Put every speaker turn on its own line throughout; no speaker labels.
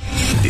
The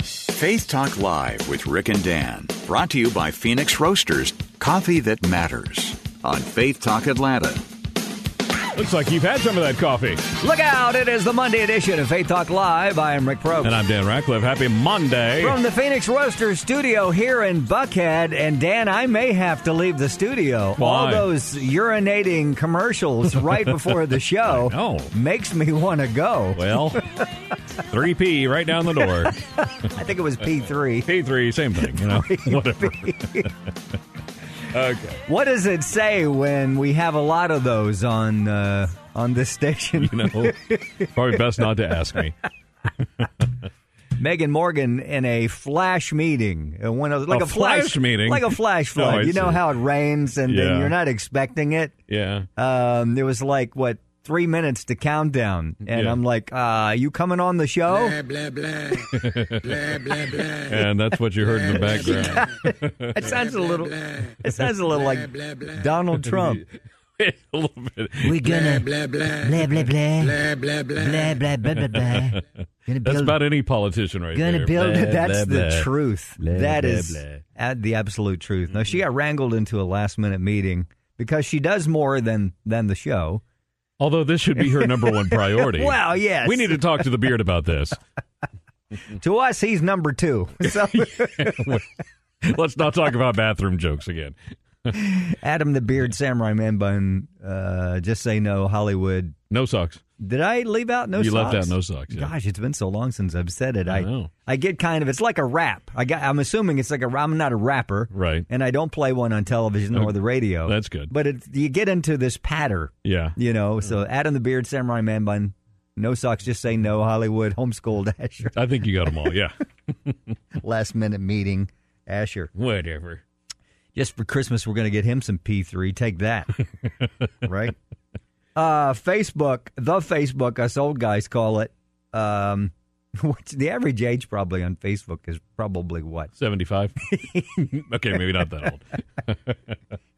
Faith Talk Live with Rick and Dan, brought to you by Phoenix Roasters, coffee that matters, on Faith Talk Atlanta.
Looks like you've had some of that coffee.
Look out, it is the Monday edition of Faith Talk Live. I am Rick Pro.
And I'm Dan Ratcliffe. Happy Monday.
From the Phoenix Roasters studio here in Buckhead, and Dan, I may have to leave the studio.
Why?
All those urinating commercials right before the show
I know.
makes me want to go.
well, 3P right down the door.
I think it was P3.
P3, same thing, you know, whatever. okay.
What does it say when we have a lot of those on uh, on this station?
You know, probably best not to ask me.
Megan Morgan in a flash meeting, uh, one of like
A
a,
flash meeting? Oh,
like a flash flood.
I
you know
see.
how it rains and then
Yeah.
you're not expecting it.
Yeah.
um, there was like what three minutes to countdown, and
Yeah.
I'm like, uh, "You coming on the show?"
And that's what you heard in the background.
It sounds a little, it sounds a little like Donald Trump.
a little bit.
We're gonna blah blah blah blah blah blah blah blah blah blah. Gonna
That's
build,
about any politician right
gonna
there.
build.
Blah,
that's
blah,
the
blah.
truth.
Blah,
That
blah,
is
blah.
at the absolute truth. Now she got wrangled into a last minute meeting because she does more than than the show.
Although this should be her number one priority.
Well, yes.
We need to talk to the beard about this.
To us, he's number two. So
Let's not talk about bathroom jokes again.
Adam the Beard, Samurai Man Bun, uh, just say no, Hollywood.
No socks.
Did I leave out no
You
socks?
left out no socks, yeah.
Gosh, it's been so long since I've said it.
I
I
know.
I get kind of it's like a rap. I got, I'm assuming it's like a I'm not a rapper,
Right. Uh,
And I don't play one on television or the radio.
that's good.
But it, you get into this patter,
Yeah.
you know. So Adam the Beard, Samurai Man Bun, no socks, just say no, Hollywood, homeschooled Asher,
I think you got them all. Yeah.
last minute meeting, Asher.
Whatever.
Just for Christmas, we're going to get him some P3. Take that. right? Uh, Facebook, the Facebook, us old guys call it. Um, which the average age probably on Facebook is probably what?
75. okay, maybe not that old.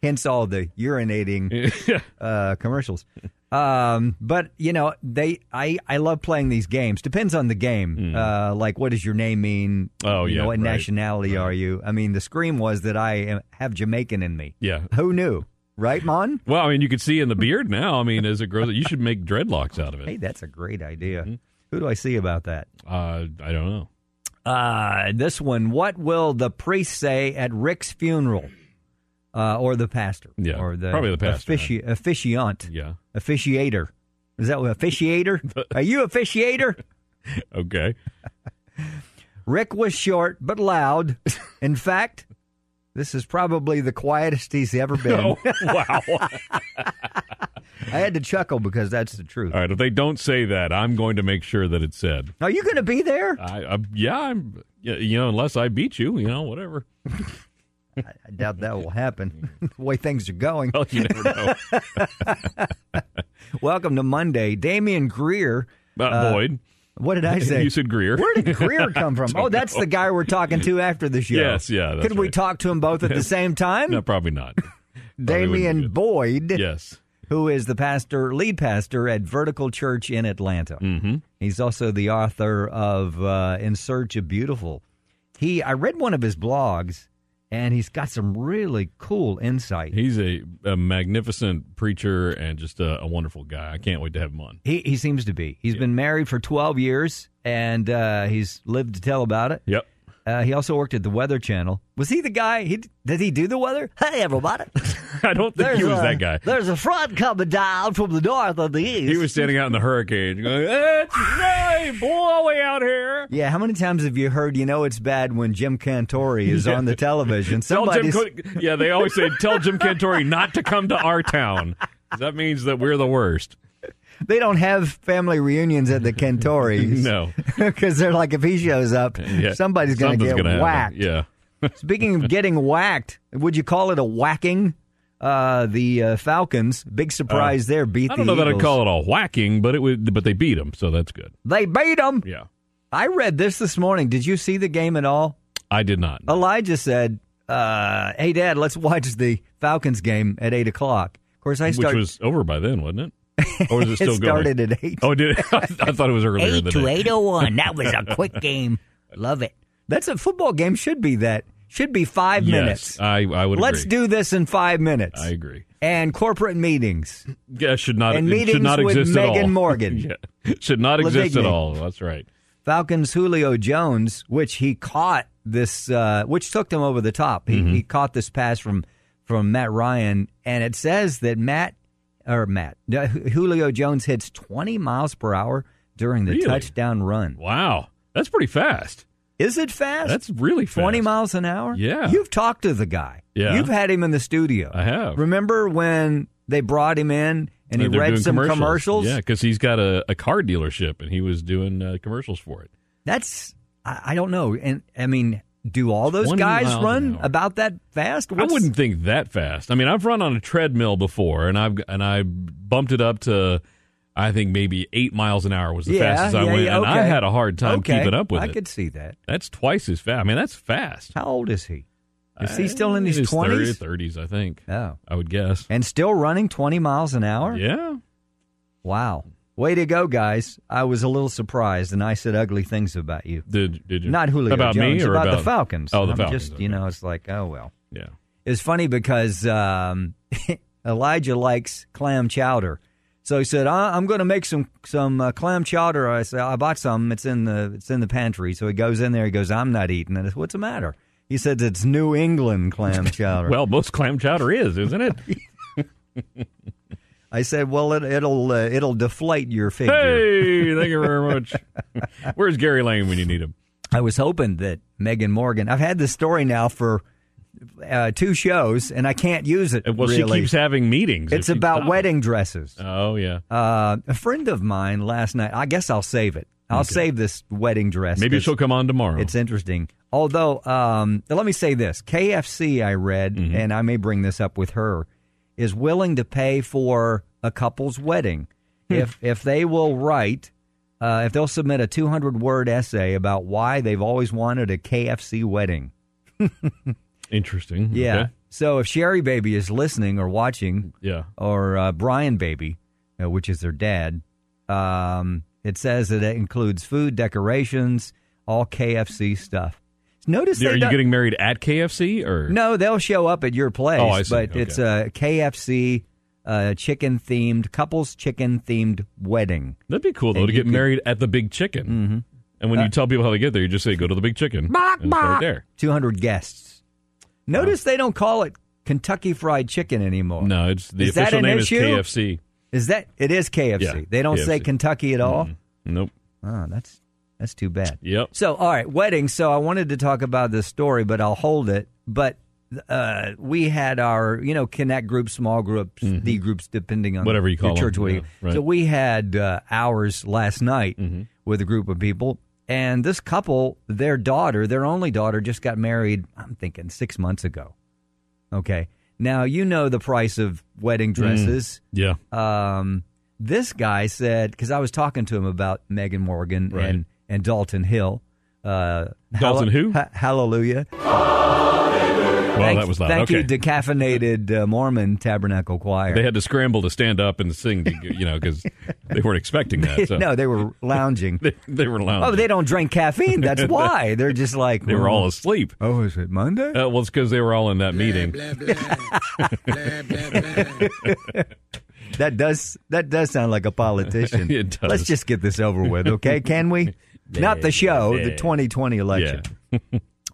Hence all the urinating
Yeah.
uh, commercials. Um, but you know, they I I love playing these games. Depends on the game. Uh, like what does your name mean?
Hmm. Oh,
you
yeah,
Know, what
right,
nationality are you? I mean, the scream was that I am, have Jamaican in me.
Yeah.
Who knew? Right, Mon?
Well, I mean, you could see in the beard now. I mean, as it grows, you should make dreadlocks out of
Hey,
it.
that's a great idea. Who do I see about that?
Uh, I don't know.
Uh, this one. What will the priest say at Rick's funeral? Uh, or the pastor?
Yeah,
Or the
probably the pastor,
offici- officiant.
Yeah.
Officiator. Is that what? Officiator? Are you officiator?
Okay.
Rick was short but loud. In fact, this is probably the quietest he's ever been.
Oh, wow. All
I had to chuckle because that's the truth.
right. If they don't say that, I'm going to make sure that it's said.
Are you going to be there?
I, I yeah, I'm yeah, you know, unless I beat you, you know, whatever.
I doubt that will happen. the way things are going.
Well, you never know.
Welcome to Monday. Damian Greer.
Uh, Boyd,
What did I say?
you said Greer.
Where did Greer come from?
don't
Oh, that's the guy we're talking to after the show.
Yes, yeah, that's
Could we
right.
talk to them both at the same time?
No, probably not. probably wouldn't be
Damian
good.
Boyd,
yes.
who is the pastor, lead pastor at Vertical Church in Atlanta. Mm-hmm. He's also the author of uh, In Search of Beautiful. He, I read one of his blogs, and he's got some really cool insight.
He's a, a magnificent preacher and just a, a wonderful guy. I can't wait to have him on.
He, he seems to be. He's been married for 12 years, and uh, he's lived to tell about it.
Yep.
Uh, he also worked at the Weather Channel. Was he the guy? He did he do the weather? Hey, everybody!
I don't think he was that guy.
There's a front coming down from the north and the east.
He was standing out in the hurricane going, It's very blowy out here.
yeah, how many times have you heard? You know, it's bad when Jim Cantori is on the television.
Tell Jim
Somebody's
Cl- yeah, they always say, Tell Jim Cantori not to come to our town. 'Cause That means that we're the worst.
they don't have family reunions at the Cantoris.
No.
because they're like, if he shows up,
Yeah.
somebody's going to
Something's
get
gonna happen.
whacked.
Yeah.
Speaking of getting whacked, would you call it a whacking? Uh, the uh, Falcons, big surprise there, beat
I don't
the
know that I'd
Eagles.
call it a whacking, but it would. But they beat them, so that's good.
They beat them.
Yeah,
I read this this morning. Did you see the game at all?
I did not.
Elijah said, uh, "Hey, Dad, let's watch the Falcons game at eight o'clock." Of course, I
Which
started.
was over by then, wasn't it? Or was it still
it started
going?
at eight.
Oh, it did it? I thought it was earlier
eight
than
to
that.
eight oh one. That was a quick game. Love it. That's a football game. Should be that. Should be five
Yes,
minutes.
I, I would.
Let's
agree.
do this in five minutes.
I agree.
and corporate meetings.
Yeah, should not.
And
it should
meetings
not
with
exist at all.
Megan Morgan.
yeah. Should not exist at
Lavigne.
all. That's right.
Falcons Julio Jones, which he caught this, uh, which took them over the top. He,
Mm-hmm.
he caught this pass from from Matt Ryan, and it says that Matt or Matt no, Julio Jones hits 20 miles per hour during the
Really?
touchdown run.
Wow, that's pretty fast.
Is it fast?
That's really fast.
20 miles an hour?
Yeah.
You've talked to the guy.
Yeah.
You've had him in the studio.
I have.
Remember when they brought him in and he
They're
read
doing
some commercials?
Yeah, because he's got a, a car dealership and he was doing uh, commercials for it.
That's I, I don't know. And I mean, do all those
20
guys
miles an
run
hour.
about that fast? What's-
I wouldn't think that fast. I mean, I've run on a treadmill before, and I've and I bumped it up to, I think maybe eight miles an hour was the
Yeah,
fastest I
yeah,
went,
yeah,
and I
okay.
had a hard time
Okay,
keeping up with
I
it.
could see that.
That's twice as fast. I mean, that's fast.
How old is he? Is he still in his
Uh, 30,
twenties?
30s, I think.
Oh,
I would guess.
and still running twenty miles an hour?
Yeah.
Wow, way to go, guys! I was a little surprised, and I said ugly things about you.
Did did you
Not Julio
about
Jones,
me or
about,
about,
the Falcons.
Oh, the
I'm
Falcons.
Just
okay.
you know, it's like oh well.
Yeah.
It's funny because um, Elijah likes clam chowder, so he said, "I- "I'm going to make some some uh, clam chowder." I said, "I bought some. It's in the it's in the pantry." So he goes in there. He goes, "I'm not eating it." I said, What's the matter? He says, "It's New England clam chowder."
Well, most clam chowder is, isn't it?
I said, "Well, it, it'll uh, it'll deflate your figure."
hey, thank you very much. Where's Gary Lane when you need him?
I was hoping that Megan Morgan. I've had this story now for uh, two shows, and I can't use it.
Uh, Well,
really.
she keeps having meetings.
it's
If she
about
stops-
wedding dresses.
Oh yeah.
Uh, a friend of mine last night. I guess I'll save it. I'll save this wedding dress.
Maybe
'cause
she'll come on tomorrow.
It's interesting. Although, um, let me say this: KFC, I read,
Mm-hmm.
and I may bring this up with her, is willing to pay for a couple's wedding
Hmm.
if if they will write, uh, if they'll submit a 200 word essay about why they've always wanted a KFC wedding.
Interesting.
Yeah.
Okay.
So if Sherry Baby is listening or watching,
Yeah.
or uh, Brian Baby, uh, which is their dad. Um, it says that it includes food, decorations, all KFC stuff. Notice
Are
they
you
don't-
getting married at KFC or
no, they'll show up at your place,
Oh, I see.
but
Okay.
it's a KFC uh, chicken themed couples chicken themed wedding.
That'd be cool though
And
to
you Uh,
get
could-
married at the Big Chicken. Mm-hmm. And when you tell people how to get there, you just say go to the Big Chicken. and it's right there.
200 guests. Notice they don't call it Kentucky Fried Chicken anymore.
No, it's the
Is that
official
an
name
issue?
is KFC.
Is that it is KFC.
Yeah,
they don't say
KFC.
Kentucky at all.
Nope.
Oh, that's that's too bad.
Yep.
So, all right, weddings. So, I wanted to talk about this story, but I'll hold it. But uh, we had our, you know, connect groups, small groups, D groups, depending on
Mm-hmm. Whatever you call
your church.
them.
what
Yeah,
do you-
right. Mm-hmm.
So, we had uh, hours last night with a group of people, and this couple, their daughter, their only daughter, just got married. I'm thinking six months ago. Okay, now you know the price of
Mm.
wedding dresses
Yeah.
um, this guy said because I was talking to him about Megan Morgan
Right.
and and Dalton Hill. Uh,
Dalton who?
ha- hallelujah!
Well,
thank,
that was loud.
Thank
okay.
you, decaffeinated uh, Mormon Tabernacle Choir.
they had to scramble to stand up and sing, to, you know, because they weren't expecting that. So
no, they were lounging.
they, they were lounging.
oh, they don't drink caffeine. That's why they're just like
They were all
"Oh,
asleep.
Oh, is it Monday?
Uh, well, it's because they were all in that meeting.
that does that does sound like a politician.
It does.
Let's just get this over with, okay? Can we? Not the show, the 2020 election.
Yeah.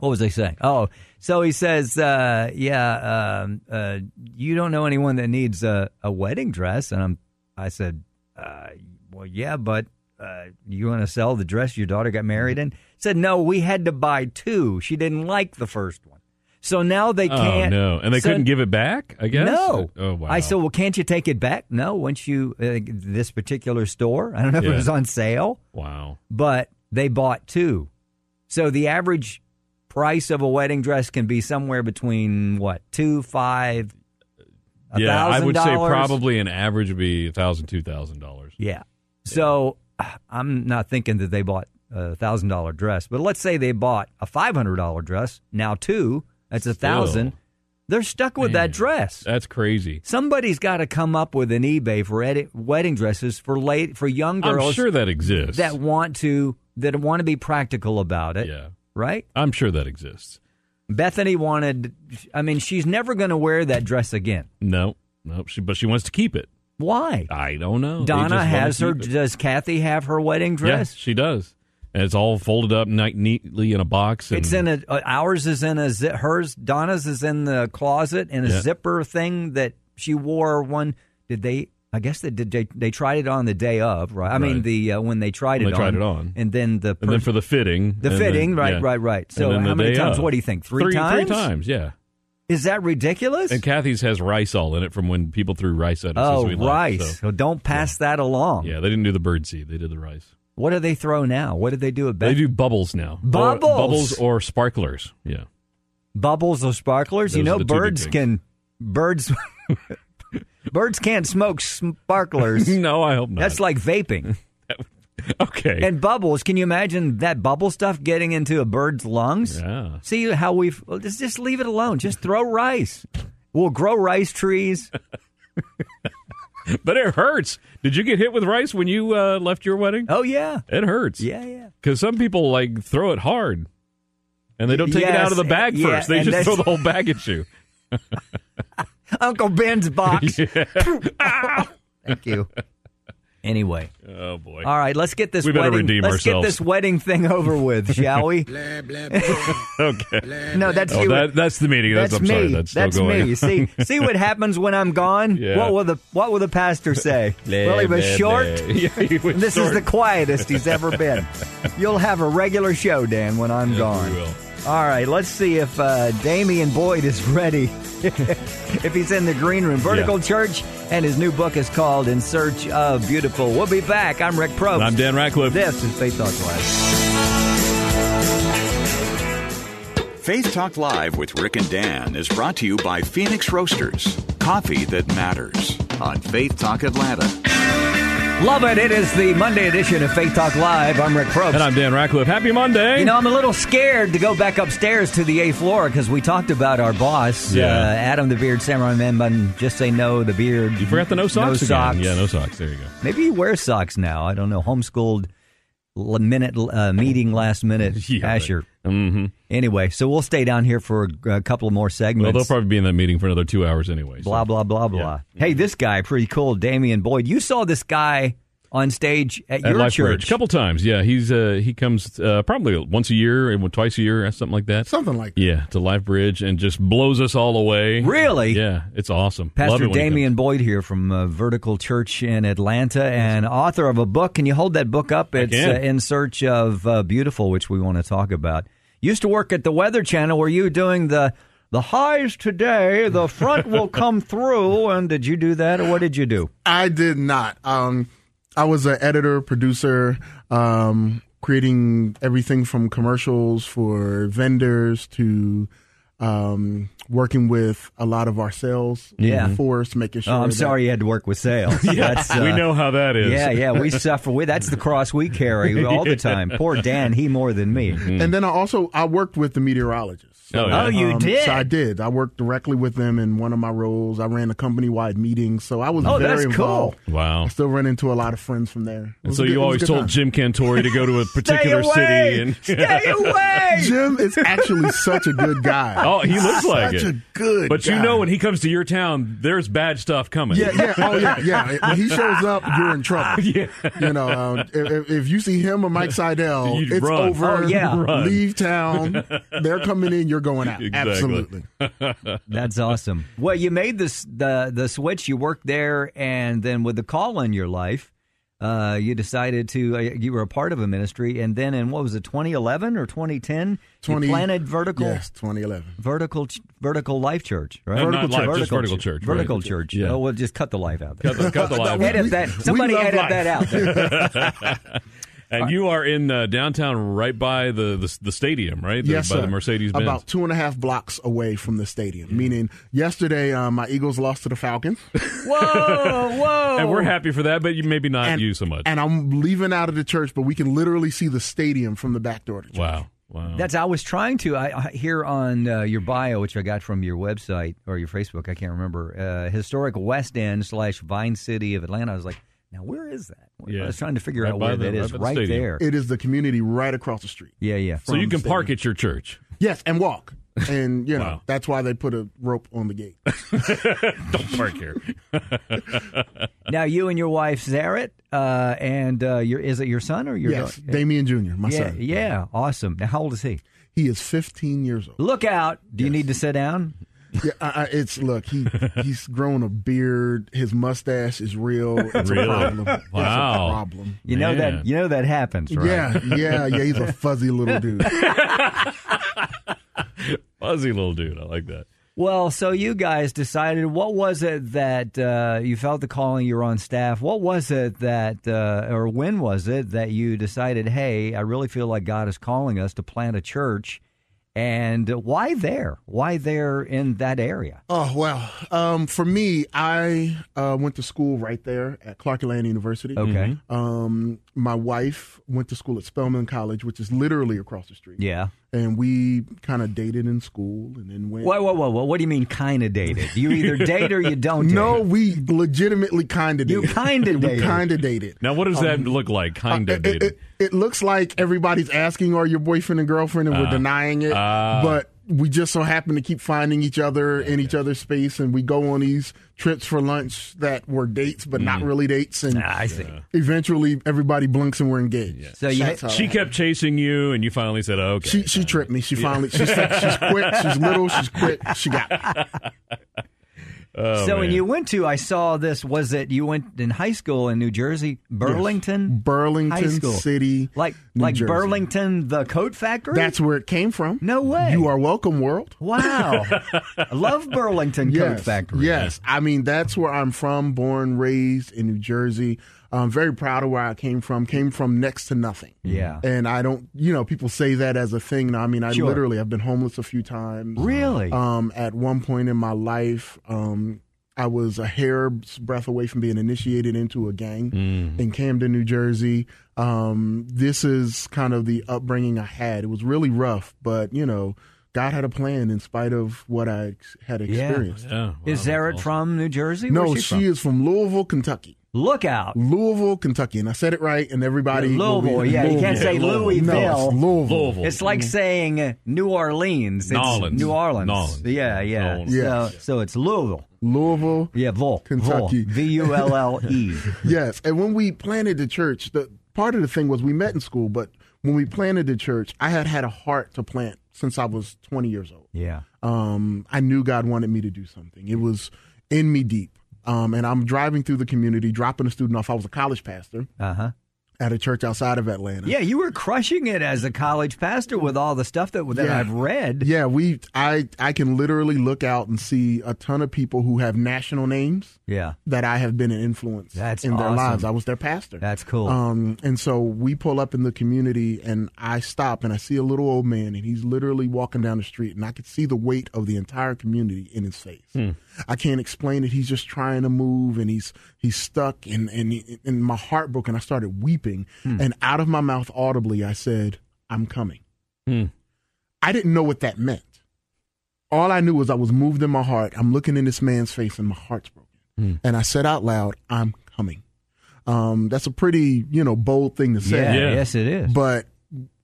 what was I saying? Oh, so he says, uh, yeah, um, uh, you don't know anyone that needs a, a wedding dress, and I'm, I said, uh, well, yeah, but uh, you want to sell the dress your daughter got married in? Said no, we had to buy two. She didn't like the first one, So now they
Oh
can't.
no! And they
so-
couldn't give it back. I guess.
No.
Oh wow.
I said, well, can't you take it back? No, once you uh, this particular store. I don't know if
Yeah.
it was on sale,
Wow.
but they bought two. So the average price of a wedding dress can be somewhere between what two, five, a
yeah, I
thousand
would say
dollars?
probably an average would be a thousand, two thousand dollars.
Yeah. So uh, I'm not thinking that they bought a thousand dollar dress, but let's say they bought a five hundred dollar dress. Now two, that's a thousand.
Still.
They're stuck with
Man. Uh,
that dress.
That's crazy.
Somebody's got to come up with an eBay for edit, wedding dresses for late for young
I'm
girls
sure that exists.
that want to that want to be practical about it,
yeah,
right?
I'm sure that exists.
Bethany wanted. I mean, she's never going to wear that dress again.
No, no, she, but she wants to keep it.
Why?
I don't know. They just
Donna
want to
has her.
keep it.
Does Kathy have her wedding
Yes,
dress?
she does. And it's all folded up ni- neatly in a box. And
It's in a uh, ours is in a zi- hers Donna's is in the closet in a
Yeah.
zipper thing that she wore one. Did they? I guess they did. They, they tried it on the day of, right? I mean,
Right.
the uh, when they tried
When
it
they tried
on,
it on.
and then the
and then
person-
for the fitting,
The
and
fitting,
then-
right,
yeah.
right, right.
And
So
then
how
the
many
day
times?
of.
What do you think? Three
Three
times?
times, yeah.
Is that ridiculous?
And Kathy's has rice all in it from when people threw rice at us. as
oh,
we left,
rice.
so-
so. don't pass that along.
Yeah, they didn't do the bird seed. They did the rice.
What do they throw now? What do they do at
They
Beth-
do bubbles now. Or-
Bubbles!
bubbles or sparklers. Yeah.
bubbles or sparklers? you
Those
know,
are the two big
birds
things.
can birds birds can't smoke sparklers.
no, I hope not.
That's like vaping
okay.
and bubbles. Can you imagine that bubble stuff getting into a bird's lungs?
yeah.
See how we've well, just just leave it alone. Just throw rice. We'll grow rice trees.
But it hurts. Did you get hit with rice when you uh, left your wedding?
Oh yeah,
It hurts.
yeah, yeah.
Because some people like throw it hard, and they don't take it
Yes,
out of the bag
yeah,
first. They
and
just
that's-
throw the whole bag at you.
Uncle Ben's box.
Yeah.
Thank you. Anyway,
Oh boy.
all right, let's get this
We better
wedding.
redeem
let's
ourselves.
get this wedding thing over with, shall we?
Okay.
no, that's
Oh,
you.
that, that's the meeting. That's,
that's
I'm
me.
sorry. That's still going.
me. See, see what happens when I'm gone.
Yeah.
What will the What will the pastor say? well, he was short.
Yeah, he was
This
short.
is the quietest he's ever been. You'll have a regular show, Dan, when I'm gone.
will.
All right, let's see if uh, Damian Boyd is ready. if he's in the green room, Vertical
Yeah.
Church, and his new book is called In Search of Beautiful. We'll be back. I'm Rick Probst.
I'm Dan Ratcliffe.
This is Faith Talk Live.
Faith Talk Live with Rick and Dan is brought to you by Phoenix Roasters, coffee that matters, on Faith Talk Atlanta.
Love it. It is the Monday edition of Faith Talk Live. I'm Rick Probst.
And I'm Dan Ratcliffe. Happy Monday.
You know, I'm a little scared to go back upstairs to the eighth floor because we talked about our boss,
Yeah.
uh, Adam the Beard Samurai Man Bun. Just say no, the beard.
you forgot the no socks.
No
again.
socks.
Yeah, no socks. There you go.
Maybe he wears socks now. I don't know. Homeschooled l- minute uh, meeting last minute.
Yeah, right.
Asher. Mm-hmm. Anyway, so we'll stay down here for a, a couple more
Well,
segments.
they'll probably be in that meeting for another two hours anyway. so-
blah blah blah blah. Hey, this guy pretty cool, Damian Boyd. You saw this guy on stage at,
At
your
Life
church.
Bridge. a couple times. Yeah, he's uh, he comes uh, probably once a year and twice a year or something like that.
Something like that.
Yeah, to Life Bridge and just blows us all away.
Really?
Yeah, it's awesome. Love
Pastor
it when he comes.
Damian Boyd here from uh, Vertical Church in Atlanta and author of a book. Can you hold that book up? It's
can.
Uh, In Search of uh, Beautiful, which we want to talk about. Used to work at the Weather Channel where you were doing the the highs today, the front will come through. And did you do that or what did you do?
I did not. Um, I was an editor, producer, um, creating everything from commercials for vendors to um, working with a lot of our sales Mm-hmm.
Yeah.
force, making sure.
Oh, I'm
that-
sorry you had to work with sales. yeah,
we know how that is.
Yeah, yeah, we suffer. We, that's the cross we carry all the time. Poor Dan, he more than me.
Mm-hmm.
And then I also I worked with the meteorologists.
Oh, yeah.
Oh, you did?
So I did. I worked directly with them in one of my roles. I ran a company wide meeting, so I was
Oh,
very
that's cool.
involved.
Wow.
I still run into a lot of friends from there. It
And
was
so
a good-
you
it was a
always
good
told
time.
Jim Cantori to go to a
Stay
particular city
away!
and
Stay away!
Jim is actually such a good guy.
Oh, he looks like
such
it.
a good.
But you
guy.
know when he comes to your town, there's bad stuff coming.
Yeah, yeah, oh yeah, yeah. When he shows up, you're in trouble.
Yeah.
You know, um, if- if, if you see him or Mike Seidel,
You'd
it's
run.
over.
Oh, yeah.
Run.
leave town. They're coming in. You're going out.
Exactly.
Absolutely.
That's awesome. Well, you made this the the switch. You worked there, and then with the call in your life, uh, you decided to, uh, you were a part of a ministry. And then in what was it, 2011 or 2010? you planted Vertical
Yes, 2011.
vertical ch- vertical life church, right?
No,
vertical
not life, just vertical church, right.
Vertical church.
Yeah.
Oh, well, just cut the life out. There.
Cut the, cut the live.
edit that. Somebody
love
edit
life.
that out. There.
And you are in uh, downtown, right by the the, the stadium, right? The-
yes,
by
sir.
the Mercedes Benz.
About two and a half blocks away from the stadium. Meaning, yesterday uh, my Eagles lost to the Falcons,
whoa, whoa!
and we're happy for that, but you maybe not you so much.
Oh, and I'm leaving out of the church, but we can literally see the stadium from the back door. Of the church.
wow, wow.
Mm-hmm. That's I was trying to I, I here on uh, your bio, which I got from your website or your Facebook. I can't remember. Uh, historic West End slash Vine City of Atlanta. I was like, now where is that?
Yeah.
I was trying to figure
Right
out
by
where
the-
that
right
is.
by the
Right
stadium.
there.
It is the community right across the street.
yeah, yeah.
So you can
from
park at your church.
Yes, and walk, and you know
Wow.
that's why they put a rope on the gate.
Don't park here.
now you and your wife Zaret, uh, and uh, your is it your son or your
yes,
daughter?
Damien Jr., my
yeah,
son.
yeah, awesome. Now how old is he?
He is 15 years old.
Look out! Do you need to sit down?
Yeah, I, I, it's look. He he's grown a beard. His mustache is real. It's
Really?
a problem. It's a
Wow.
problem.
You know
Man.
that you know that happens, right?
Yeah, yeah, yeah. He's a fuzzy little dude.
Fuzzy little dude. I like that.
Well, so you guys decided what was it that uh, you felt the calling? You were on staff. What was it that, uh, or when was it that you decided? Hey, I really feel like God is calling us to plant a church, and why there? Why there in that area?
Oh well, um, for me, I uh, went to school right there at Clark Atlanta University.
Okay,
Um, my wife went to school at Spelman College, which is literally across the street.
yeah.
And we kind of dated in school, and then went.
Whoa, whoa, whoa, whoa! What do you mean, kind of dated? You either date or you don't.
No,
date.
we legitimately kind of
You
dated.
kinda
We
dated.
kind of dated.
Now, what does that look like? Kind
Uh,
of
it-
dated.
It, it looks like everybody's asking, "Are your boyfriend and girlfriend?" and we're denying it. but we just so happen to keep finding each other in each other's space, and we go on these trips for lunch that were dates, but not really dates. And
Ah, I see.
eventually, everybody blinks and we're engaged.
So you-
That's how
she
it
kept chasing you, and you finally said, "Oh, "Okay."
uh, She, she tripped me. She finally she's, she's quick. She's little. She's quick. She got me.
Oh,
so
man.
when you went to, I saw this. Was it you went in high school in New Jersey, Burlington? High
Burlington
school.
City,
like
New
like
Jersey.
Burlington, the coat factory.
That's where it came from.
No way.
You are welcome, world.
wow. I love Burlington
yes,
coat factory.
Yes, I mean that's where I'm from, born, raised in New Jersey. I'm very proud of where I came from. Came from next to nothing.
Yeah.
and I don't, you know, people say that as a thing. I mean, I
Sure.
literally I've been homeless a few times.
Really?
Um, at one point in my life, um, I was a hair's breadth away from being initiated into a gang
Mm.
in Camden, New Jersey. Um, this is kind of the upbringing I had. It was really rough, but you know, God had a plan in spite of what I ex- had experienced.
Yeah, wow,
is
that's
Zaret
awesome.
from New Jersey?
No,
Where's
she,
from?
is from Louisville, Kentucky.
Look out.
Louisville, Kentucky, and I said it right, and everybody.
Yeah,
will be-
Louisville, yeah, you can't say Louisville.
No, it's Louisville.
Louisville?
It's like saying New Orleans. It's
Nolans.
New Orleans.
Nolans.
Yeah, yeah.
Nolans.
Yes.
So, so it's Louisville.
Louisville.
Yeah, Vol.
Kentucky.
Vol. V-U-L-L-E.
Yes, and when we planted the church, the part of the thing was we met in school, but when we planted the church, I had had a heart to plant since I was 20 years old.
yeah.
Um, I knew God wanted me to do something. It was in me deep. Um, and I'm driving through the community, dropping a student off. I was a college pastor
Uh-huh.
at a church outside of Atlanta.
Yeah, you were crushing it as a college pastor with all the stuff that, that
Yeah.
I've read.
Yeah, we I I can literally look out and see a ton of people who have national names
Yeah.
that I have been an influence
That's
in their
awesome.
lives. I was their pastor.
That's cool.
Um, and so we pull up in the community, and I stop and I see a little old man, and he's literally walking down the street, and I could see the weight of the entire community in his face.
Hmm.
I can't explain it. He's just trying to move, and he's he's stuck, and and he- and my heart broke, and I started weeping,
Hmm.
and out of my mouth audibly, I said, "I'm coming."
Hmm.
I didn't know what that meant. All I knew was I was moved in my heart. I'm looking in this man's face, and my heart's broken. And I said out loud, "I'm coming." Um, that's a pretty, you know, bold thing to say.
yeah.
Yeah.
Yes, it is.
But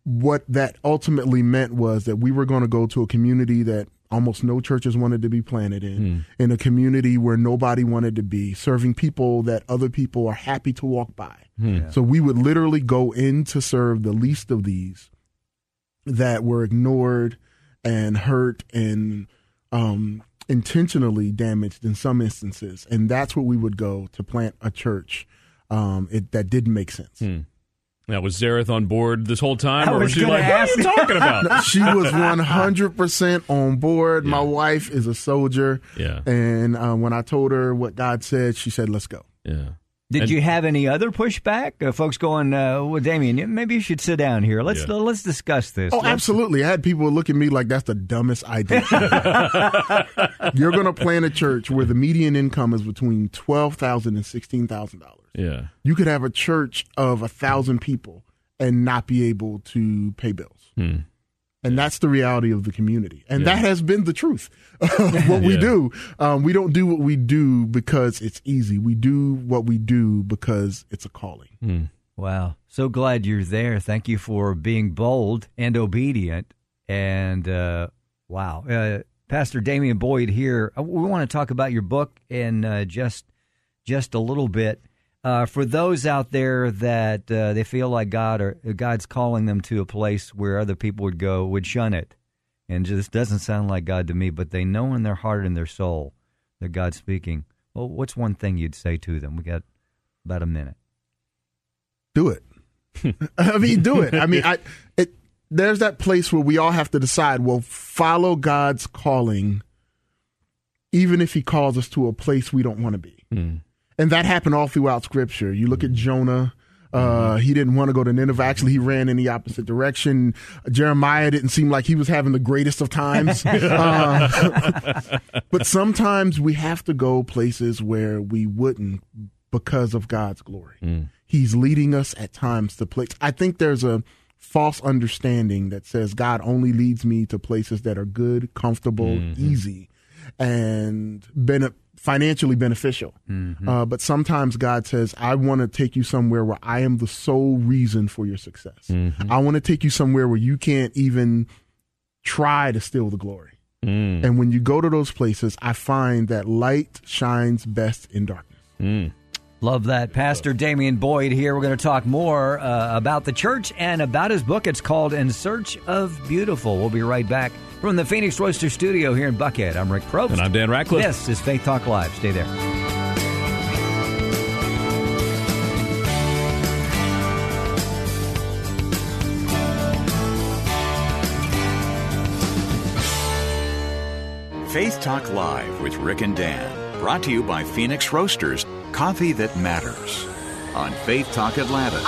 what that ultimately meant was that we were going to go to a community that almost no churches wanted to be planted in, in a community where nobody wanted to be, serving people that other people are happy to walk by. So we would literally go in to serve the least of these that were ignored and hurt and um, intentionally damaged in some instances. And that's where we would go to plant a church um, it, that did make sense.
Now, was Zareth on board this whole time,
I
or was,
was
she
gonna
like,
ask-
"What are you talking about?"
She was 100% on board. My wife is a soldier.
Yeah.
And uh, when I told her what God said, she said, let's go.
yeah,
Did
And-
you have any other pushback? Uh, folks going, uh, well, Damien, you- maybe you should sit down here. Let's
Yeah.
let's discuss this.
Oh,
Let's-
absolutely. I had people look at me like that's the dumbest idea. You're going to plan a church where the median income is between $12,000 and $16,000.
yeah,
You could have a church of a 1,000 people and not be able to pay bills.
Hmm.
And that's the reality of the community. And that has been the truth of what we
Yeah.
do. Um, we don't do what we do because it's easy. We do what we do because it's a calling.
Wow. So glad you're there. Thank you for being bold and obedient. And uh, wow. Uh, Pastor Damian Boyd here. Uh, We want to talk about your book in uh, just just a little bit. Uh, for those out there that uh, they feel like God or uh, God's calling them to a place where other people would go would shun it, and just doesn't sound like God to me, but they know in their heart and their soul that God's speaking. Well, what's one thing you'd say to them? We got about a minute.
do it. I mean, do it. I mean, I it. There's that place where we all have to decide. Well, follow God's calling, even if He calls us to a place we don't want to be. And that happened all throughout Scripture. You look at Jonah. Uh, he didn't want to go to Nineveh. Actually, he ran in the opposite direction. Jeremiah didn't seem like he was having the greatest of times. Uh, but sometimes we have to go places where we wouldn't because of God's glory. He's leading us at times to place. I think there's a false understanding that says God only leads me to places that are good, comfortable, easy, and bene- financially beneficial. Uh, but sometimes God says, I want to take you somewhere where I am the sole reason for your success. I want to take you somewhere where you can't even try to steal the glory. And when you go to those places, I find that light shines best in darkness.
Love that. Pastor Damian Boyd here. We're going to talk more uh, about the church and about his book. It's called In Search of Beautiful. We'll be right back from the Phoenix Roaster Studio here in Buckhead. I'm Rick Probst.
and I'm Dan Ratcliffe.
This is Faith Talk Live. Stay there.
Faith Talk Live with Rick and Dan, brought to you by Phoenix Roasters, coffee that matters. On Faith Talk Atlanta.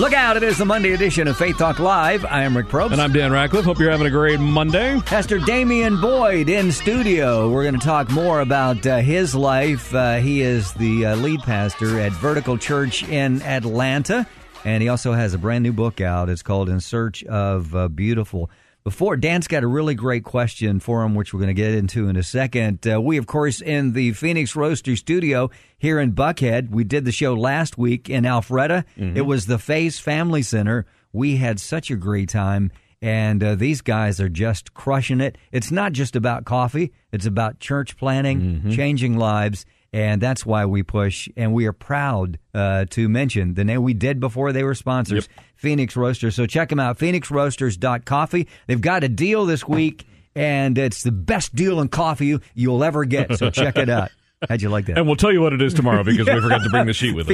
Look out. It is the Monday edition of Faith Talk Live. I am Rick Probst.
And I'm Dan Ratcliffe. Hope you're having a great Monday.
Pastor Damian Boyd in studio. We're going to talk more about uh, his life. Uh, he is the uh, lead pastor at Vertical Church in Atlanta, and he also has a brand new book out. It's called In Search of uh, Beautiful. Before, Dan's got a really great question for him, which we're going to get into in a second. Uh, we, of course, in the Phoenix Roaster studio here in Buckhead. We did the show last week in Alfreda. It was the Faze Family Center. We had such a great time. And uh, these guys are just crushing it. It's not just about coffee, it's about church planning,
Mm-hmm.
changing lives. And that's why we push. And we are proud uh, to mention the name we did before they were sponsors Phoenix Roasters. So check them out, phoenixroasters.coffee. They've got a deal this week, and it's the best deal in coffee you- you'll ever get. So check it out. How'd you like that?
And we'll tell you what it is tomorrow because we forgot to bring the sheet with us.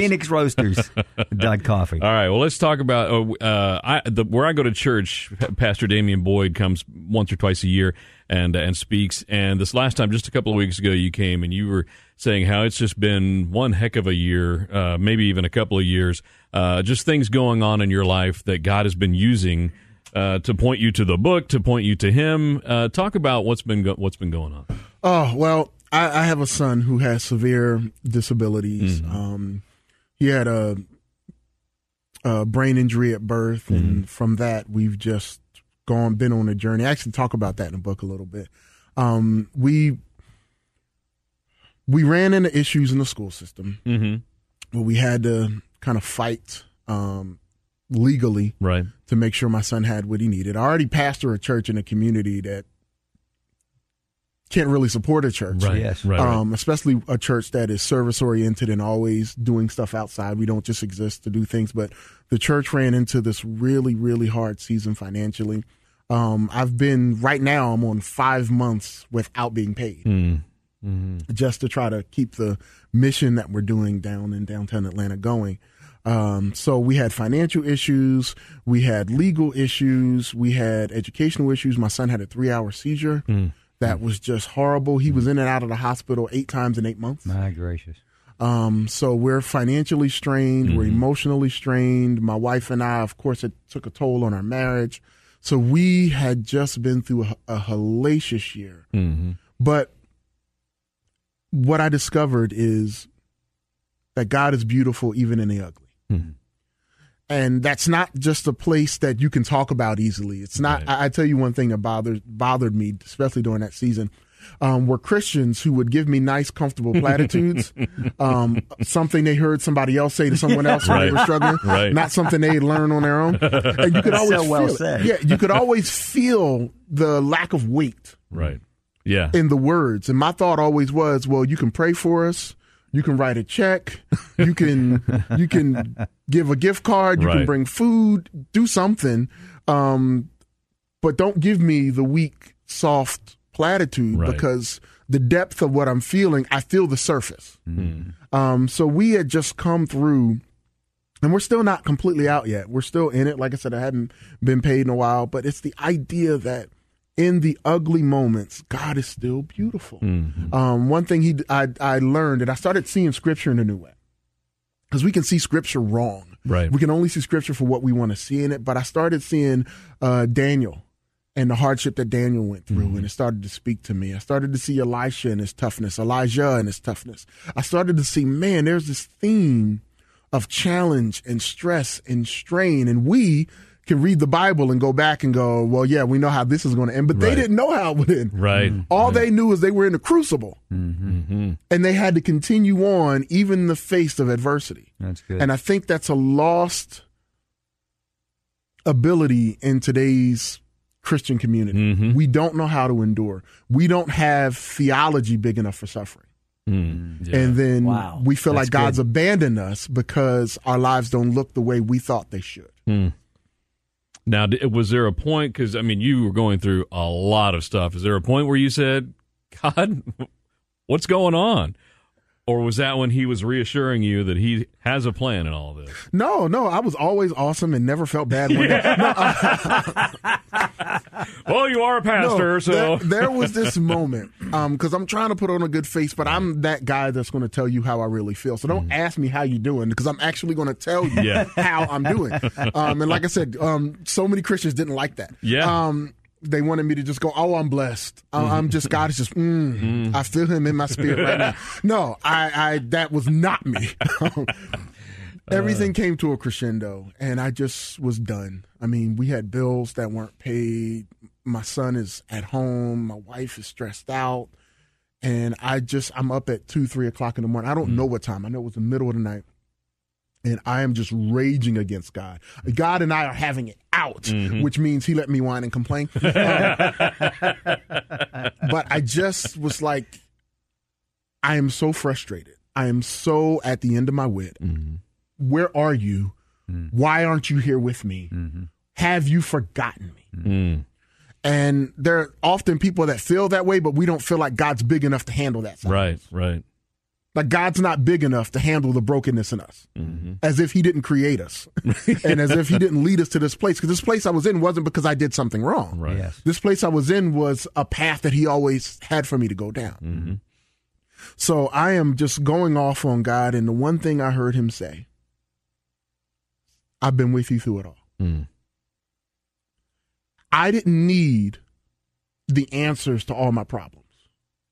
PhoenixRoasters.coffee.
All right. Well, let's talk about uh, uh, I, the, where I go to church. Pastor Damian Boyd comes once or twice a year and and speaks. And this last time, just a couple of weeks ago, you came and you were saying how it's just been one heck of a year, uh, maybe even a couple of years. Uh, just things going on in your life that God has been using uh, to point you to the book, to point you to Him. Uh, talk about what's been go- what's been going on.
Oh well, I, I have a son who has severe disabilities. Um, he had a, a brain injury at birth, and from that, we've just gone been on a journey. I actually talk about that in the book a little bit. Um, we we ran into issues in the school system
Mm-hmm.
where we had to kind of fight um, legally
Right.
to make sure my son had what he needed. I already pastor a church in a community that can't really support a church
Right.
Yes.
Right. right.
um, especially a church that is service oriented and always doing stuff outside. We don't just exist to do things, but the church ran into this really, really hard season financially. Um, I've been right now. I'm on five months without being paid. just to try to keep the mission that we're doing down in downtown Atlanta going. Um, so we had financial issues, we had legal issues, we had educational issues. My son had a three hour seizure that was just horrible. He was in and out of the hospital eight times in eight months.
My gracious.
Um, so we're financially strained, we're emotionally strained. My wife and I, of course, it took a toll on our marriage. So we had just been through a, a hellacious year. But what I discovered is that God is beautiful even in the ugly.
Mm-hmm.
And that's not just a place that you can talk about easily. It's not. I, I tell you one thing that bothered bothered me, especially during that season, um, were Christians who would give me nice, comfortable platitudes, um, something they heard somebody else say to someone else when they
Right.
were struggling,
Right.
not something they learned on their own. And you could always
well
feel it.
said.
Yeah, you could always feel the lack of weight
Right. Yeah.
in the words. And my thought always was, well, you can pray for us. You can write a check. You can you can give a gift card. You can
Right.
bring food. Do something, um, but don't give me the weak, soft platitude
Right.
because the depth of what I'm feeling, I feel the surface.
Mm-hmm.
Um, so we had just come through, and we're still not completely out yet. We're still in it. Like I said, I hadn't been paid in a while, but it's the idea that in the ugly moments, God is still beautiful. Um, one thing he I, I learned, and I started seeing Scripture in a new way, because we can see Scripture wrong.
Right.
We can only see Scripture for what we want to see in it. But I started seeing uh, Daniel and the hardship that Daniel went through,
Mm-hmm.
and it started to speak to me. I started to see Elisha and his toughness, Elijah and his toughness. I started to see, man, there's this theme of challenge and stress and strain, and we can read the Bible and go back and go, well, yeah, we know how this is going to end, but they
Right.
didn't know how it would end.
Right. Mm-hmm.
All they knew is they were in a crucible, and they had to continue on even in the face of adversity.
That's good.
And I think that's a lost ability in today's Christian community.
Mm-hmm.
We don't know how to endure. We don't have theology big enough for suffering.
Mm. Yeah.
And then
Wow.
we feel
That's
like God's abandoned us because our lives don't look the way we thought they should.
Hmm.
Now, di- was there a point? Because I mean, you were going through a lot of stuff. Is there a point where you said, "God, what's going on?" Or was that when he was reassuring you that he has a plan in all this?
No, no, I was always awesome and never felt bad one day.
well, you are a pastor,
No,
so
there, there was this moment because I'm trying to put on a good face, but I'm that guy that's going to tell you how I really feel. So don't ask me how you doing because I'm actually going to tell you
Mm-hmm. Yeah.
how I'm doing. Um, and like I said, um, so many Christians didn't like that.
Yeah.
Um, they wanted me to just go, oh, I'm blessed. I- I'm just God is just. Mm, I feel Him in my spirit right now. No, I, I that was not me. Everything came to a crescendo, and I just was done. I mean, we had bills that weren't paid. My son is at home. My wife is stressed out, and I just I'm up at two, three o'clock in the morning. I don't know what time. I know it was the middle of the night, and I am just raging against God. God and I are having it out, which means He let me whine and complain. Um, but I just was like, I am so frustrated. I am so at the end of my wit where are you? Why aren't you here with me? Have you forgotten me? And there are often people that feel that way, but we don't feel like God's big enough to handle that. side.
right, right,
Like God's not big enough to handle the brokenness in us,
Mm-hmm.
as if He didn't create us, and as if He didn't lead us to this place. Because this place I was in wasn't because I did something wrong.
right.
Yes.
This place I was in was a path that He always had for me to go down.
Mm-hmm.
So I am just going off on God, and the one thing I heard Him say, I've been with you through it all.
Mm.
I didn't need the answers to all my problems.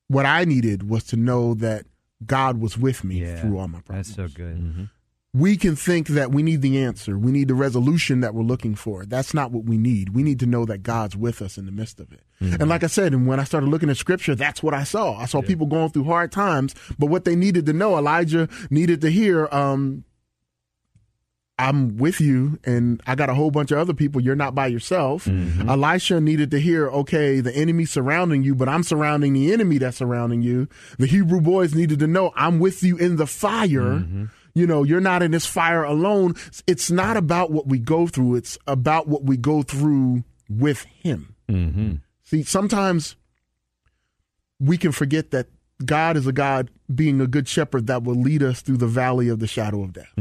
What I needed was to know that God was with me
yeah.
through all my problems.
That's so good.
Mm-hmm.
we can think that we need the answer, we need the resolution that we're looking for. That's not what we need. We need to know that God's with us in the midst of it. And like I said, and when I started looking at scripture, that's what I saw. I saw people going through hard times, but what they needed to know, Elijah needed to hear, um, I'm with you, and I got a whole bunch of other people. You're not by yourself. Elisha needed to hear, okay, the enemy's surrounding you, but I'm surrounding the enemy that's surrounding you. The Hebrew boys needed to know, I'm with you in the fire. You know, you're not in this fire alone. It's not about what we go through, it's about what we go through
Mm-hmm.
with Him. See, sometimes we can forget that God is a God being a good shepherd that will lead us through the valley of the shadow of death.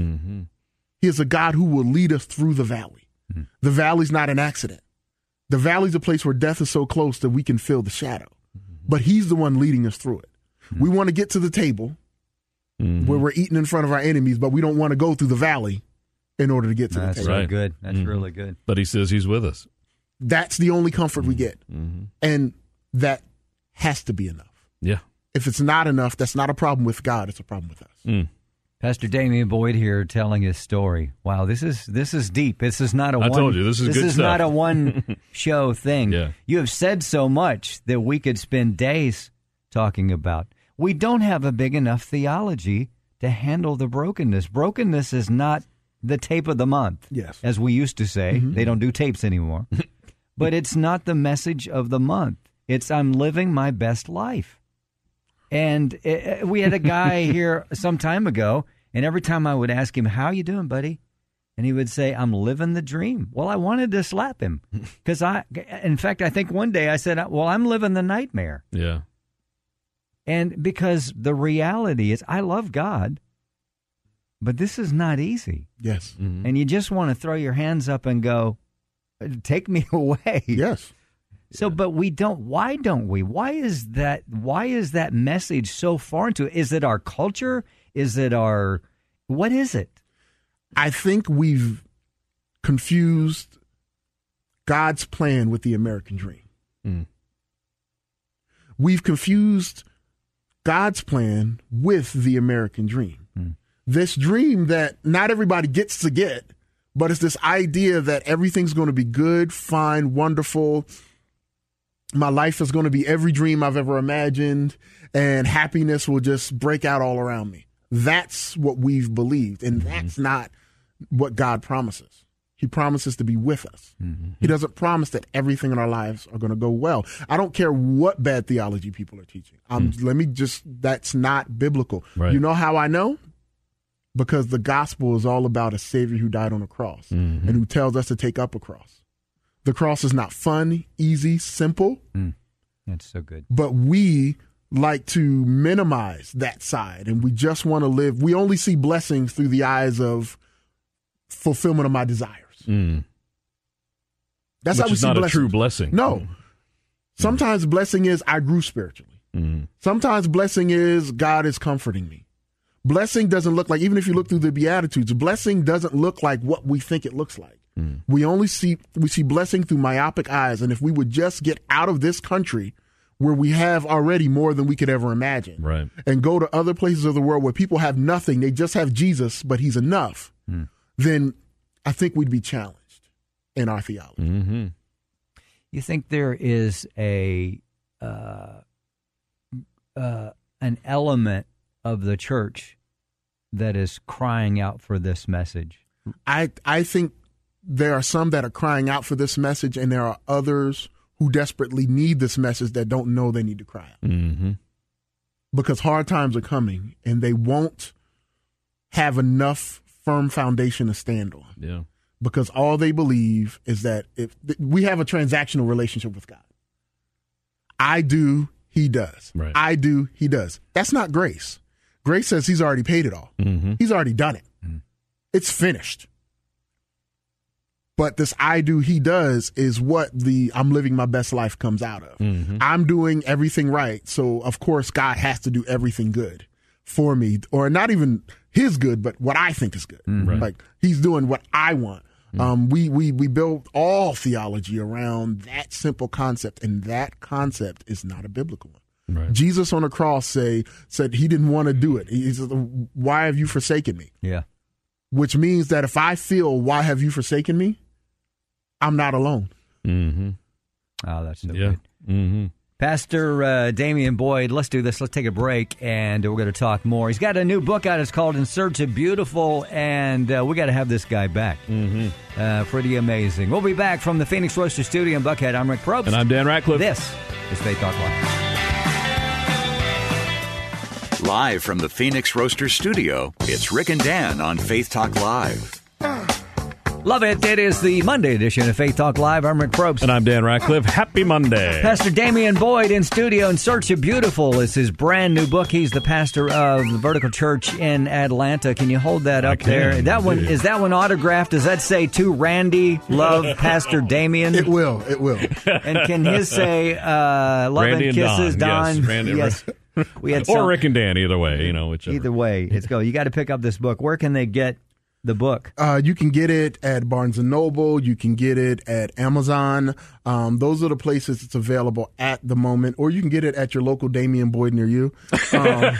He is a God who will lead us through the valley. The valley's not an accident. The valley's a place where death is so close that we can feel the shadow. But he's the one leading us through it. We want to get to the table where we're eating in front of our enemies, but we don't want to go through the valley in order to get to
That's
the table.
right. Mm-hmm.
really good. That's really good.
But he says he's with us.
That's the only comfort we get. And that has to be enough.
Yeah.
If it's not enough, that's not a problem with God, it's a problem with us.
Pastor Damian Boyd here telling his story. Wow, this is this is deep. This is not a
I
one,
told you, this is good stuff.
not a one show thing.
Yeah.
You have said so much that we could spend days talking about. We don't have a big enough theology to handle the brokenness. Brokenness is not the tape of the month.
Yes.
As we used to say. They don't do tapes anymore. but it's not the message of the month. It's I'm living my best life. And uh, we had a guy here some time ago, and every time I would ask him, "How you doing, buddy?" and he would say, "I'm living the dream." Well, I wanted to slap him because I, in fact, I think one day I said, "Well, I'm living the nightmare,"
Yeah.
and because the reality is, I love God, but this is not easy,
Yes.
and you just want to throw your hands up and go, "Uh, "Take me away."
Yes.
So, but we don't. Why don't we? Why is that? Why is that message so foreign to? Is it our culture? Is it our? What is it?
I think we've confused God's plan with the American dream.
Mm.
We've confused God's plan with the American dream. This dream that not everybody gets to get, but it's this idea that everything's going to be good, fine, wonderful. My life is going to be every dream I've ever imagined, and happiness will just break out all around me. That's what we've believed, and that's not what God promises. He promises to be with us. He doesn't promise that everything in our lives are going to go well. I don't care what bad theology people are teaching. Um, Let me just, that's not biblical.
Right.
You know how I know? Because the gospel is all about a savior who died on a cross and who tells us to take up a cross. The cross is not fun, easy, simple
That's so good.
but we like to minimize that side and we just want to live we only see blessings through the eyes of fulfillment of my desires
Mm.
that's
Which
how we
is
see
not a
blessings.
true blessing.
no sometimes blessing is i grew spiritually sometimes blessing is god is comforting me blessing doesn't look like even if you look through the beatitudes blessing doesn't look like what we think it looks like we only see we see blessing through myopic eyes and if we would just get out of this country where we have already more than we could ever imagine
Right.
and go to other places of the world where people have nothing they just have jesus but he's enough then i think we'd be challenged in our theology
Mm-hmm.
You think there is a uh, uh, an element of the church that is crying out for this message?
I I think there are some that are crying out for this message, and there are others who desperately need this message that don't know they need to cry out
Mm-hmm.
because hard times are coming, and they won't have enough firm foundation to stand on
Yeah.
because all they believe is that if th- we have a transactional relationship with God, I do, He does.
Right.
I do, He does. That's not grace. Grace says He's already paid it all.
Mm-hmm.
He's already done it. It's finished. But this I do, he does is what the I'm living my best life comes out of.
Mm-hmm.
I'm doing everything right. So, of course, God has to do everything good for me, or not even his good, but what I think is good.
Mm-hmm. Right. Mm.
Like he's doing what I want. Um, we, we, we build all theology around that simple concept, and that concept is not a biblical one.
Right.
Jesus on the cross say said he didn't want to do it. He said, "Why have you forsaken me?"
Yeah.
Which means that if I feel "Why have you forsaken me," I'm not alone.
Mm-hmm.
Oh, that's so
Yeah.
good.
Mm-hmm.
Pastor uh, Damian Boyd, let's do this. Let's take a break, and we're going to talk more. He's got a new book out. It's called In Search of Beautiful, and uh, we got to have this guy back. Mm-hmm. Uh, pretty amazing. We'll be back from the Phoenix Roaster Studio in Buckhead. I'm Rick Probst.
And I'm Dan Ratcliffe.
This is Faith Talk Live.
Live from the Phoenix Roaster Studio, it's Rick and Dan on Faith Talk Live.
Love it. It is the Monday edition of Faith Talk Live. I'm Rick Probst.
And I'm Dan Ratcliffe. Happy Monday.
Pastor Damian Boyd in studio in Search of Beautiful is his brand new book. He's the pastor of the Vertical Church in Atlanta. Can you hold that up
can,
there? That one
indeed.
is that one autographed? Does that say to Randy Love Pastor Damian?
It will. It will.
and can his say uh, Love
Randy
and
and Don.
Kisses, Don?
Yes, Randy-
We had
Or
some-
Rick and Dan, either way, you know, whichever.
Either way, it's go. You got to pick up this book. Where can they get the book?
Uh, you can get it at Barnes and Noble. You can get it at Amazon. Um, those are the places it's available at the moment, or you can get it at your local Damien Boyd near you. Um,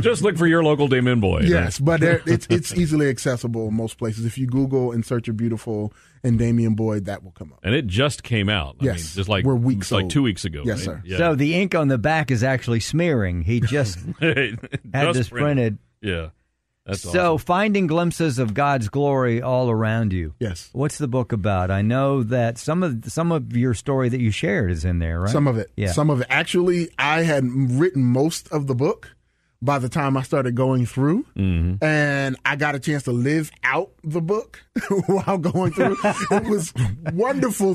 Just look for your local Damon Boy.
yes, but there, it's it's easily accessible in most places. If you Google "In Search of Beautiful" and Damien Boyd, that will come up.
And it just came out. I mean,
Yes.
just like
We're weeks
it's like
old.
two weeks ago.
Yes,
right?
sir.
Yeah.
So the ink on the back is actually smearing. He just had
Just
this printed.
Yeah. That's
so finding glimpses of God's glory all around you.
Yes,
What's the book about? I know that some of some of your story that you shared is in there, right?
some of it.
Yeah.
Some of it. Actually, I had written most of the book by the time I started going through,
Mm-hmm.
and I got a chance to live out the book while going through. it was wonderful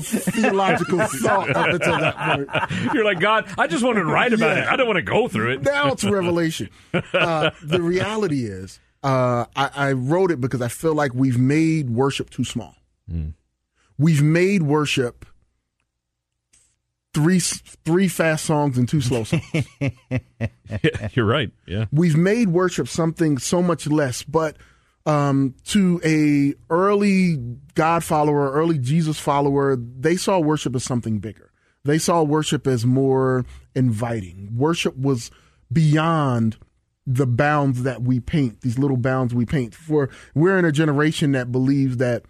theological thought up until that point.
awesome. You're like, God, I just want to write about
Yeah.
it. I don't want to go through it.
now it's a revelation. Uh, the reality is, uh, I, I wrote it because I feel like we've made worship too small.
Mm.
We've made worship three three fast songs and two slow songs.
You're right. Yeah.
we've made worship something so much less but um, to a early god follower early jesus follower they saw worship as something bigger they saw worship as more inviting worship was beyond the bounds that we paint these little bounds we paint for we're in a generation that believes that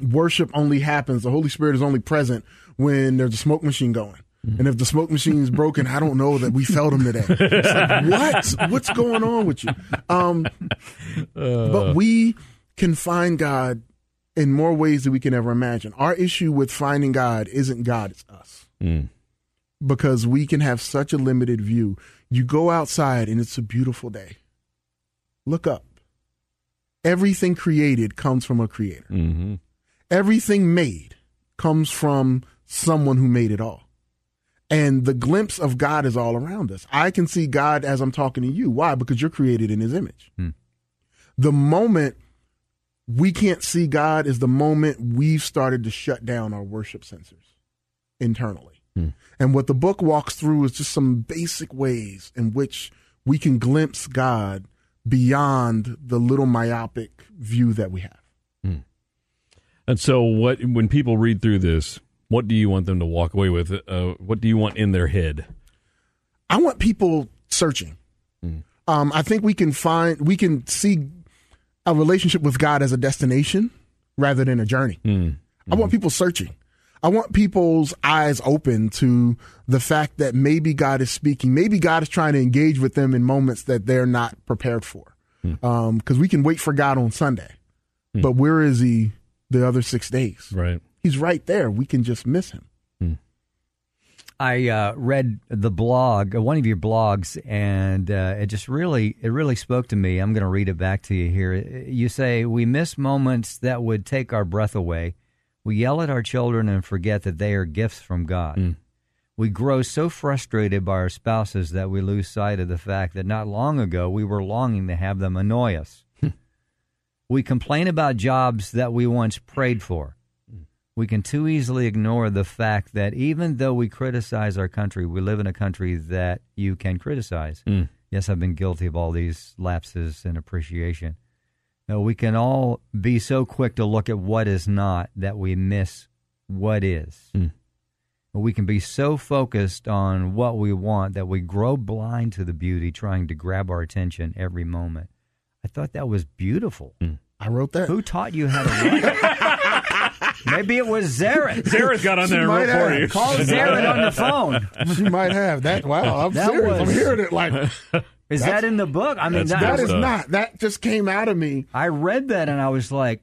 worship only happens the holy spirit is only present when there's a smoke machine going and if the smoke machine's broken i don't know that we felt him today it's like what what's going on with you um but we can find god in more ways than we can ever imagine our issue with finding god isn't god it's us because we can have such a limited view you go outside and it's a beautiful day look up everything created comes from a creator
Mm-hmm.
everything made comes from someone who made it all. And the glimpse of God is all around us. I can see God as I'm talking to you. Why? Because you're created in his image.
Hmm.
The moment we can't see God is the moment we've started to shut down our worship sensors internally. And what the book walks through is just some basic ways in which we can glimpse God beyond the little myopic view that we have.
And so, what when people read through this, what do you want them to walk away with? Uh, what do you want in their head?
I want people searching.
Mm.
Um, I think we can find we can see a relationship with God as a destination rather than a journey.
Mm.
I want people searching. I want people's eyes open to the fact that maybe God is speaking. Maybe God is trying to engage with them in moments that they're not prepared for.
Mm.
Because we can wait for God on Sunday, but where is He the other six days?
Right.
He's right there. We can just miss Him.
I uh, read the blog, uh, one of your blogs, and uh, it just really, it really spoke to me. I'm going to read it back to you here. Uh, You say we miss moments that would take our breath away. We yell at our children and forget that they are gifts from God. We grow so frustrated by our spouses that we lose sight of the fact that not long ago we were longing to have them annoy us. we complain about jobs that we once prayed for we can too easily ignore the fact that even though we criticize our country, we live in a country that you can criticize. Yes, I've been guilty of all these lapses in appreciation. No, we can all be so quick to look at what is not that we miss what is. We can be so focused on what we want that we grow blind to the beauty trying to grab our attention every moment. I thought that was beautiful.
I wrote that.
Who taught you how to write? Maybe it was Zaret.
Sarah's got on
She
there and wrote
might
for
have.
you.
Call Zaret on the phone.
you might have that. Wow, I'm
That
serious.
was-
I'm hearing it like
Is that in the book? I mean,
That's
that,
That
good
is
stuff.
not. That just came out of me.
I read that and I was like,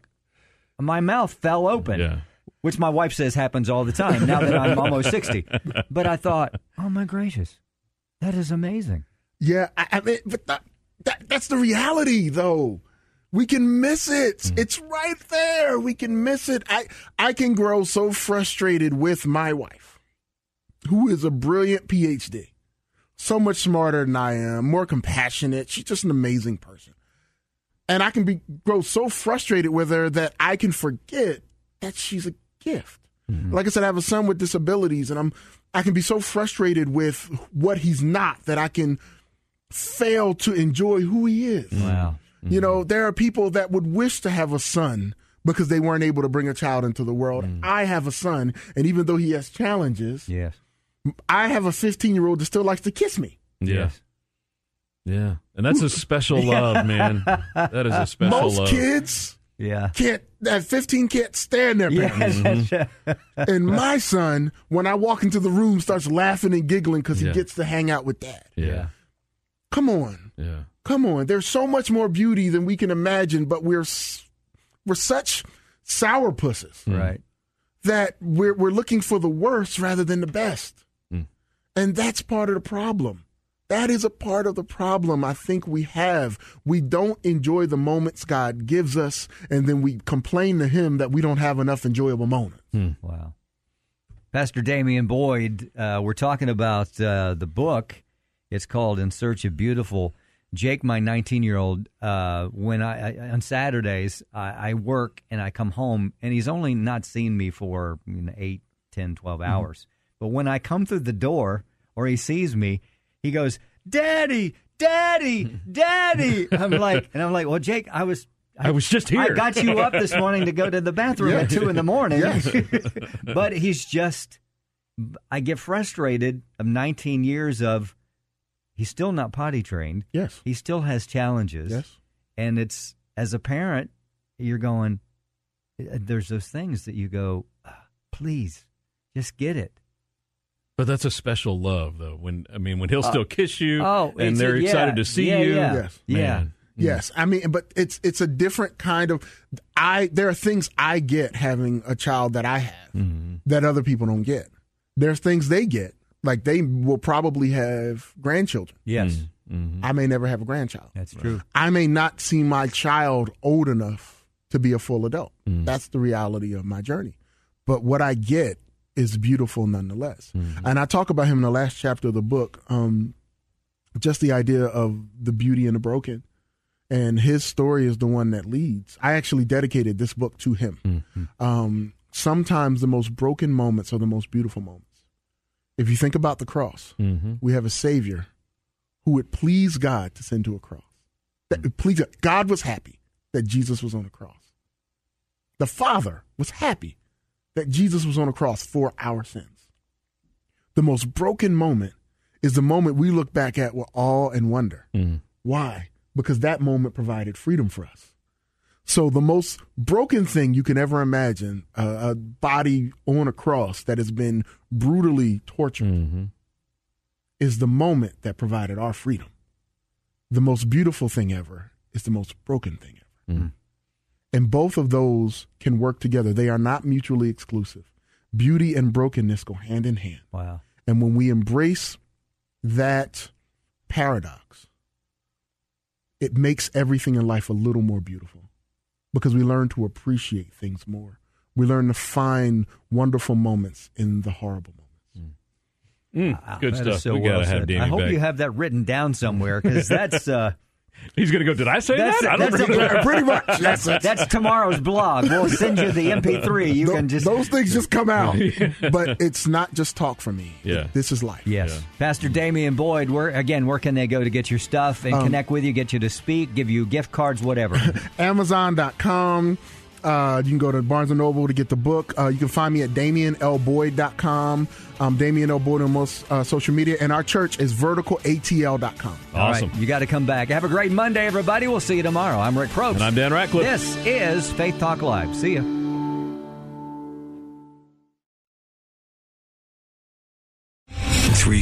my mouth fell open,
Yeah.
which my wife says happens all the time now that I'm almost 60. But I thought, oh my gracious, that is amazing.
Yeah, I, I mean, but that, that that's the reality, though. we can miss it. It's right there. We can miss it. I I can grow so frustrated with my wife, who is a brilliant PhD, so much smarter than I am, more compassionate. She's just an amazing person. And I can be grow so frustrated with her that I can forget that she's a gift. Like I said, I have a son with disabilities and I'm I can be so frustrated with what he's not that I can fail to enjoy who he is.
Wow.
You know, there are people that would wish to have a son because they weren't able to bring a child into the world. I have a son, and even though he has challenges,
Yes.
I have a 15 year old that still likes to kiss me.
Yeah. Yeah. And that's a special love, man. That is a special
Most
love.
kids
Yeah.
can't, that 15 can't stand their parents.
Yes.
Mm-hmm.
And my son, when I walk into the room, starts laughing and giggling because
Yeah.
he gets to hang out with dad.
Yeah.
Come on.
Yeah.
Come on. There's so much more beauty than we can imagine, but we're, s- we're such sourpusses.
Mm.
right.
that we're we're looking for the worst rather than the best.
Mm.
And that's part of the problem. That is a part of the problem I think we have. We don't enjoy the moments God gives us, and then we complain to Him that we don't have enough enjoyable moments.
Wow. Pastor Damian Boyd, uh, we're talking about uh, the book. It's called In Search of Beautiful. Jake, my 19 year old, uh, when I, I on Saturdays I, I work and I come home, and he's only not seen me for you know, 8, 10, 12 hours. But when I come through the door or he sees me, he goes, "Daddy, Daddy, Daddy." I'm like, and I'm like, "Well, Jake, I was."
I was just
I
here."
got you up this morning to go to the bathroom at two in the morning. but he's just, I get frustrated of 19 years of, he's still not potty trained.
Yes.
He still has challenges.
Yes.
And it's, as a parent, you're going, uh, there's those things that you go, "Ah, please, just get it.
But that's a special love, though. When I mean, when he'll still kiss you,
Uh, oh,
and
it's-
they're
yeah,
excited to see
yeah,
you.
yeah.
Yes.
Yeah.
Man. Hmm.
Yes, I mean, but it's it's a different kind of. I there are things I get having a child that I have that other people don't get. There's things they get, like they will probably have grandchildren.
Yes.
I may never have a grandchild.
Mm. That's true.
I may not see my child old enough to be a full adult. That's the reality of my journey. But what I get is beautiful nonetheless. And I talk about him in the last chapter of the book, um, just the idea of the beauty and the broken. And his story is the one that leads. I actually dedicated this book to him. Um, sometimes the most broken moments are the most beautiful moments. If you think about the cross, we have a Savior who would please God to send to a cross. That, please, God. God was happy that Jesus was on a cross. The Father was happy that Jesus was on a cross for our sins. The most broken moment is the moment we look back at with awe and wonder. Why? Because that moment provided freedom for us. So the most broken thing you can ever imagine, uh, a body on a cross that has been brutally tortured, is the moment that provided our freedom. The most beautiful thing ever is the most broken thing ever.
Mm-hmm.
And both of those can work together. They are not mutually exclusive. Beauty and brokenness go hand in hand.
Wow.
And when we embrace that paradox, it makes everything in life a little more beautiful because we learn to appreciate things more. We learn to find wonderful moments in the horrible moments.
Mm,
Wow,
good
that
stuff.
is so
we
well
gotta have
said.
Danny
I hope
back.
you have that written down somewhere because that's uh,
He's gonna go. Did I say
that's
that? I don't
that's,
remember."
a-
Pretty much. That's it.
that's tomorrow's blog. We'll send you the MP3. You
Tho-
can just
those things just come out. But it's not just talk for me.
Yeah.
This is life.
Yes. Pastor Damian Boyd, where again, where can they go to get your stuff and connect with you, get you to speak, give you gift cards, whatever?
Amazon.com. Uh, you can go to Barnes & Noble to get the book. Uh, you can find me at DamianLBoyd.com. I'm Damian L. Boyd on most uh, social media. And our church is VerticalATL.com.
awesome.
you got to come back. Have a great Monday, everybody. We'll see you tomorrow. I'm Rick Probst.
And I'm Dan Ratcliffe.
This is Faith Talk Live. See you.
Three